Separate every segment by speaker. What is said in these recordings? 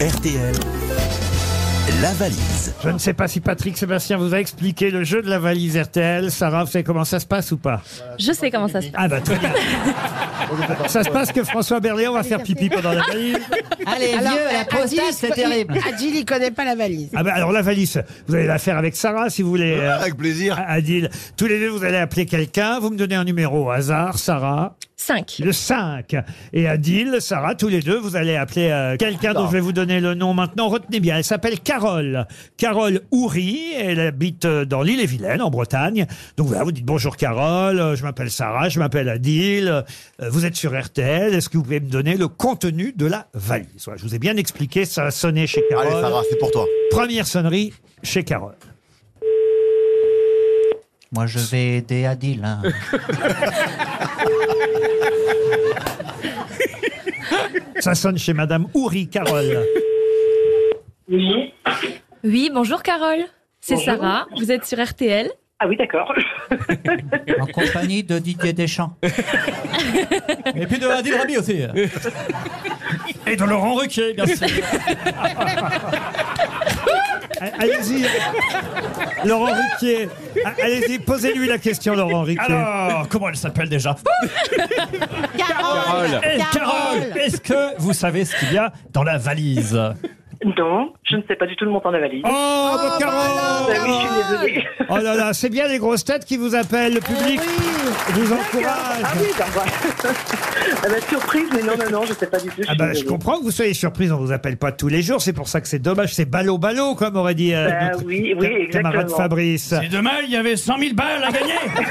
Speaker 1: RTL, la valise.
Speaker 2: Je ne sais pas si Patrick Sébastien vous a expliqué le jeu de la valise RTL. Sarah, vous savez comment ça se passe ou pas
Speaker 3: Je sais comment ça se passe.
Speaker 2: Ah bah très bien. ça se passe que François Berléand va faire pipi pendant la valise.
Speaker 4: Allez, Ah, vieux, la prostate, c'est terrible.
Speaker 5: euh, Adil, il connaît pas la valise.
Speaker 2: Ah bah alors la valise, vous allez la faire avec Sarah si vous voulez. euh,
Speaker 6: Avec plaisir.
Speaker 2: Adil, tous les deux, vous allez appeler quelqu'un, vous me donnez un numéro au hasard, Sarah,
Speaker 3: 5.
Speaker 2: le 5. Et Adil, Sarah, tous les deux, vous allez appeler euh, quelqu'un dont je vais vous donner le nom maintenant. Retenez bien, elle s'appelle Carole. Carole Houry, elle habite euh, dans l'île et Vilaine, en Bretagne. Donc voilà, vous dites bonjour Carole, euh, je m'appelle Sarah, je m'appelle Adil, euh, vous êtes sur RTL, est-ce que vous pouvez me donner le contenu de la valise Voilà, Je vous ai bien expliqué, ça a sonné chez Carole.
Speaker 6: Allez, Sarah, c'est pour toi.
Speaker 2: Première sonnerie chez Carole.
Speaker 4: Moi, je vais aider Adil. hein.
Speaker 2: Ça sonne chez Madame Houry, Carole.
Speaker 7: Oui.
Speaker 3: Oui, bonjour Carole. C'est Sarah, vous êtes sur RTL.
Speaker 7: Ah oui, d'accord.
Speaker 4: En compagnie de Didier Deschamps.
Speaker 8: Et puis de Adil Rabi aussi.
Speaker 2: Et de Laurent Ruquier, bien sûr. Allez-y. Laurent Ruquier. A- Allez-y, posez-lui la question, Laurent Ruquier.
Speaker 8: Alors, comment elle s'appelle déjà
Speaker 5: Carole
Speaker 8: Eh, Carole, est-ce que vous savez ce qu'il y a dans la valise
Speaker 7: Non, je ne sais pas du tout le montant de la valise.
Speaker 2: Oh, bah,
Speaker 7: Ah
Speaker 2: Carole
Speaker 7: oui, je suis désolée.
Speaker 2: Oh là là, c'est bien les grosses têtes qui vous appellent, le public vous encourage.
Speaker 7: Ah oui, d'accord. ah bah, surprise, mais non, non, non, je ne sais pas du tout. Je,
Speaker 2: Ah
Speaker 7: suis
Speaker 2: bah, je
Speaker 7: désolée.
Speaker 2: comprends que vous soyez surprise, on vous appelle pas tous les jours, c'est pour ça que c'est dommage, c'est ballot-ballot, comme aurait dit euh,
Speaker 7: Bah
Speaker 2: notre
Speaker 7: oui, oui,
Speaker 2: ca- camarade
Speaker 7: exactement.
Speaker 2: Fabrice.
Speaker 8: demain, il y avait 100 000 balles à gagner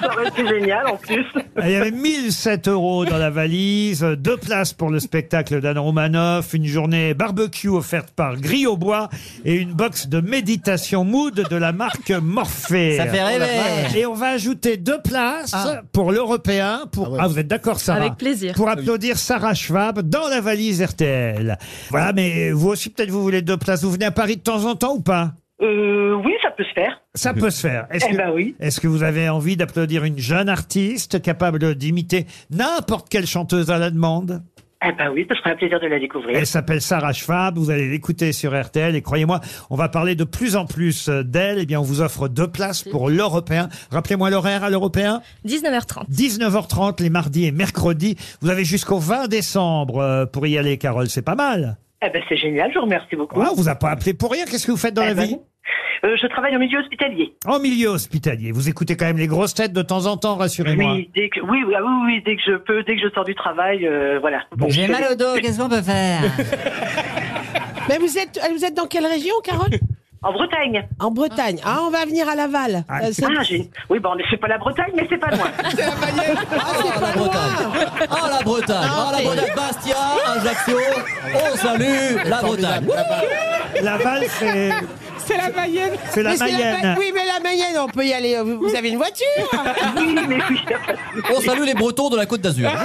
Speaker 7: Ça aurait été génial en plus.
Speaker 2: Ah, Il y avait 1007 euros dans la valise, euh, deux places pour le spectacle d'Anne Romanoff, une journée barbecue offerte par Gris au Bois et une box de méditation mood de la marque Morphée.
Speaker 4: Ça fait
Speaker 8: Oh
Speaker 4: rêver.
Speaker 2: Et on va ajouter deux places
Speaker 4: Ah.
Speaker 2: pour l'Européen. Pour... Ah,
Speaker 6: Ah ouais.
Speaker 2: vous êtes d'accord, Sarah
Speaker 3: Avec plaisir.
Speaker 2: Pour applaudir Sarah Schwab dans la valise RTL. Voilà, mais vous aussi, peut-être, vous voulez deux places. Vous venez à Paris de temps en temps ou pas
Speaker 7: Euh, oui, ça peut se faire.
Speaker 2: Ça peut se faire. Est-ce
Speaker 7: Eh ben oui.
Speaker 2: est-ce que vous avez envie d'applaudir une jeune artiste capable d'imiter n'importe quelle chanteuse à la demande
Speaker 7: Eh ben oui, ce serait un plaisir de la découvrir.
Speaker 2: Elle s'appelle Sarah Schwab, vous allez l'écouter sur RTL et croyez-moi, on va parler de plus en plus d'elle. Eh bien, on vous offre deux places pour l'Européen. Rappelez-moi l'horaire à l'Européen
Speaker 3: 19h30.
Speaker 2: 19h30 les mardis et mercredis. Vous avez jusqu'au 20 décembre euh, pour y aller, Carole, c'est pas mal.
Speaker 7: Eh ben c'est génial, je vous remercie beaucoup.
Speaker 2: Ouais, on vous a pas appelé pour rien, qu'est-ce que vous faites dans
Speaker 7: Eh
Speaker 2: la
Speaker 7: ben,
Speaker 2: vie
Speaker 7: euh, je travaille en milieu hospitalier.
Speaker 2: En milieu hospitalier, vous écoutez quand même les grosses têtes de temps en temps, rassurez-moi.
Speaker 7: Oui, dès que, oui, oui, ah oui, oui, dès que je peux, dès que je sors du travail, euh, voilà. Donc,
Speaker 4: J'ai
Speaker 7: je-
Speaker 4: mal au dos, qu'est-ce qu'on peut faire
Speaker 5: Mais vous êtes, vous êtes dans quelle région, Carole
Speaker 7: En Bretagne.
Speaker 5: En Bretagne. Ah, on va venir à Laval.
Speaker 2: Ah.
Speaker 5: Euh, c'est-
Speaker 7: Ah, j'ai- oui, bon, c'est pas la Bretagne, mais c'est pas loin.
Speaker 8: Oh la Bretagne Oh la Bretagne Oh la Bretagne Bastia, Ajaccio, on salue la Bretagne
Speaker 2: Laval, c'est...
Speaker 5: c'est la Mayenne.
Speaker 2: C'est la
Speaker 5: Mais
Speaker 2: Mayenne.
Speaker 5: oui, mais la Mayenne, on peut y aller. Vous, vous avez une voiture
Speaker 7: oui, mais oui,
Speaker 8: On salue les Bretons de la Côte d'Azur
Speaker 2: Ah,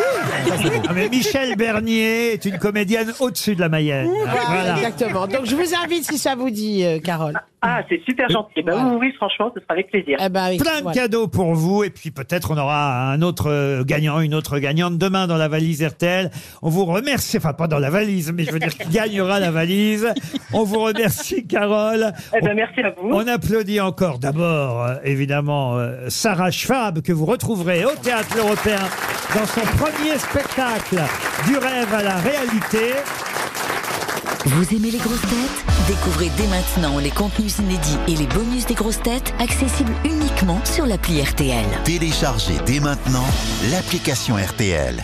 Speaker 2: mais Michel Bernier est une comédienne au-dessus de la Mayenne. Voilà.
Speaker 5: Exactement. Donc, je vous invite si ça vous dit, euh, Carole.
Speaker 7: Ah, c'est super gentil. Ben
Speaker 5: Voilà.
Speaker 7: oui, oui, franchement, ce sera avec plaisir.
Speaker 5: Eh ben, oui,
Speaker 2: Plein de
Speaker 5: voilà.
Speaker 2: cadeaux pour vous et puis peut-être on aura un autre euh, gagnant, une autre gagnante demain dans la valise RTL. On vous remercie, enfin pas dans la valise, mais je veux dire qui gagnera la valise. On vous remercie Carole.
Speaker 7: Eh
Speaker 2: On-
Speaker 7: ben, merci à vous.
Speaker 2: On applaudit encore d'abord, euh, évidemment, euh, Sarah Schwab, que vous retrouverez au Théâtre Européen dans son premier spectacle du rêve à la réalité.
Speaker 9: Vous aimez les grosses têtes Découvrez dès maintenant les contenus inédits et les bonus des grosses têtes accessibles uniquement sur l'appli RTL.
Speaker 1: Téléchargez dès maintenant l'application RTL.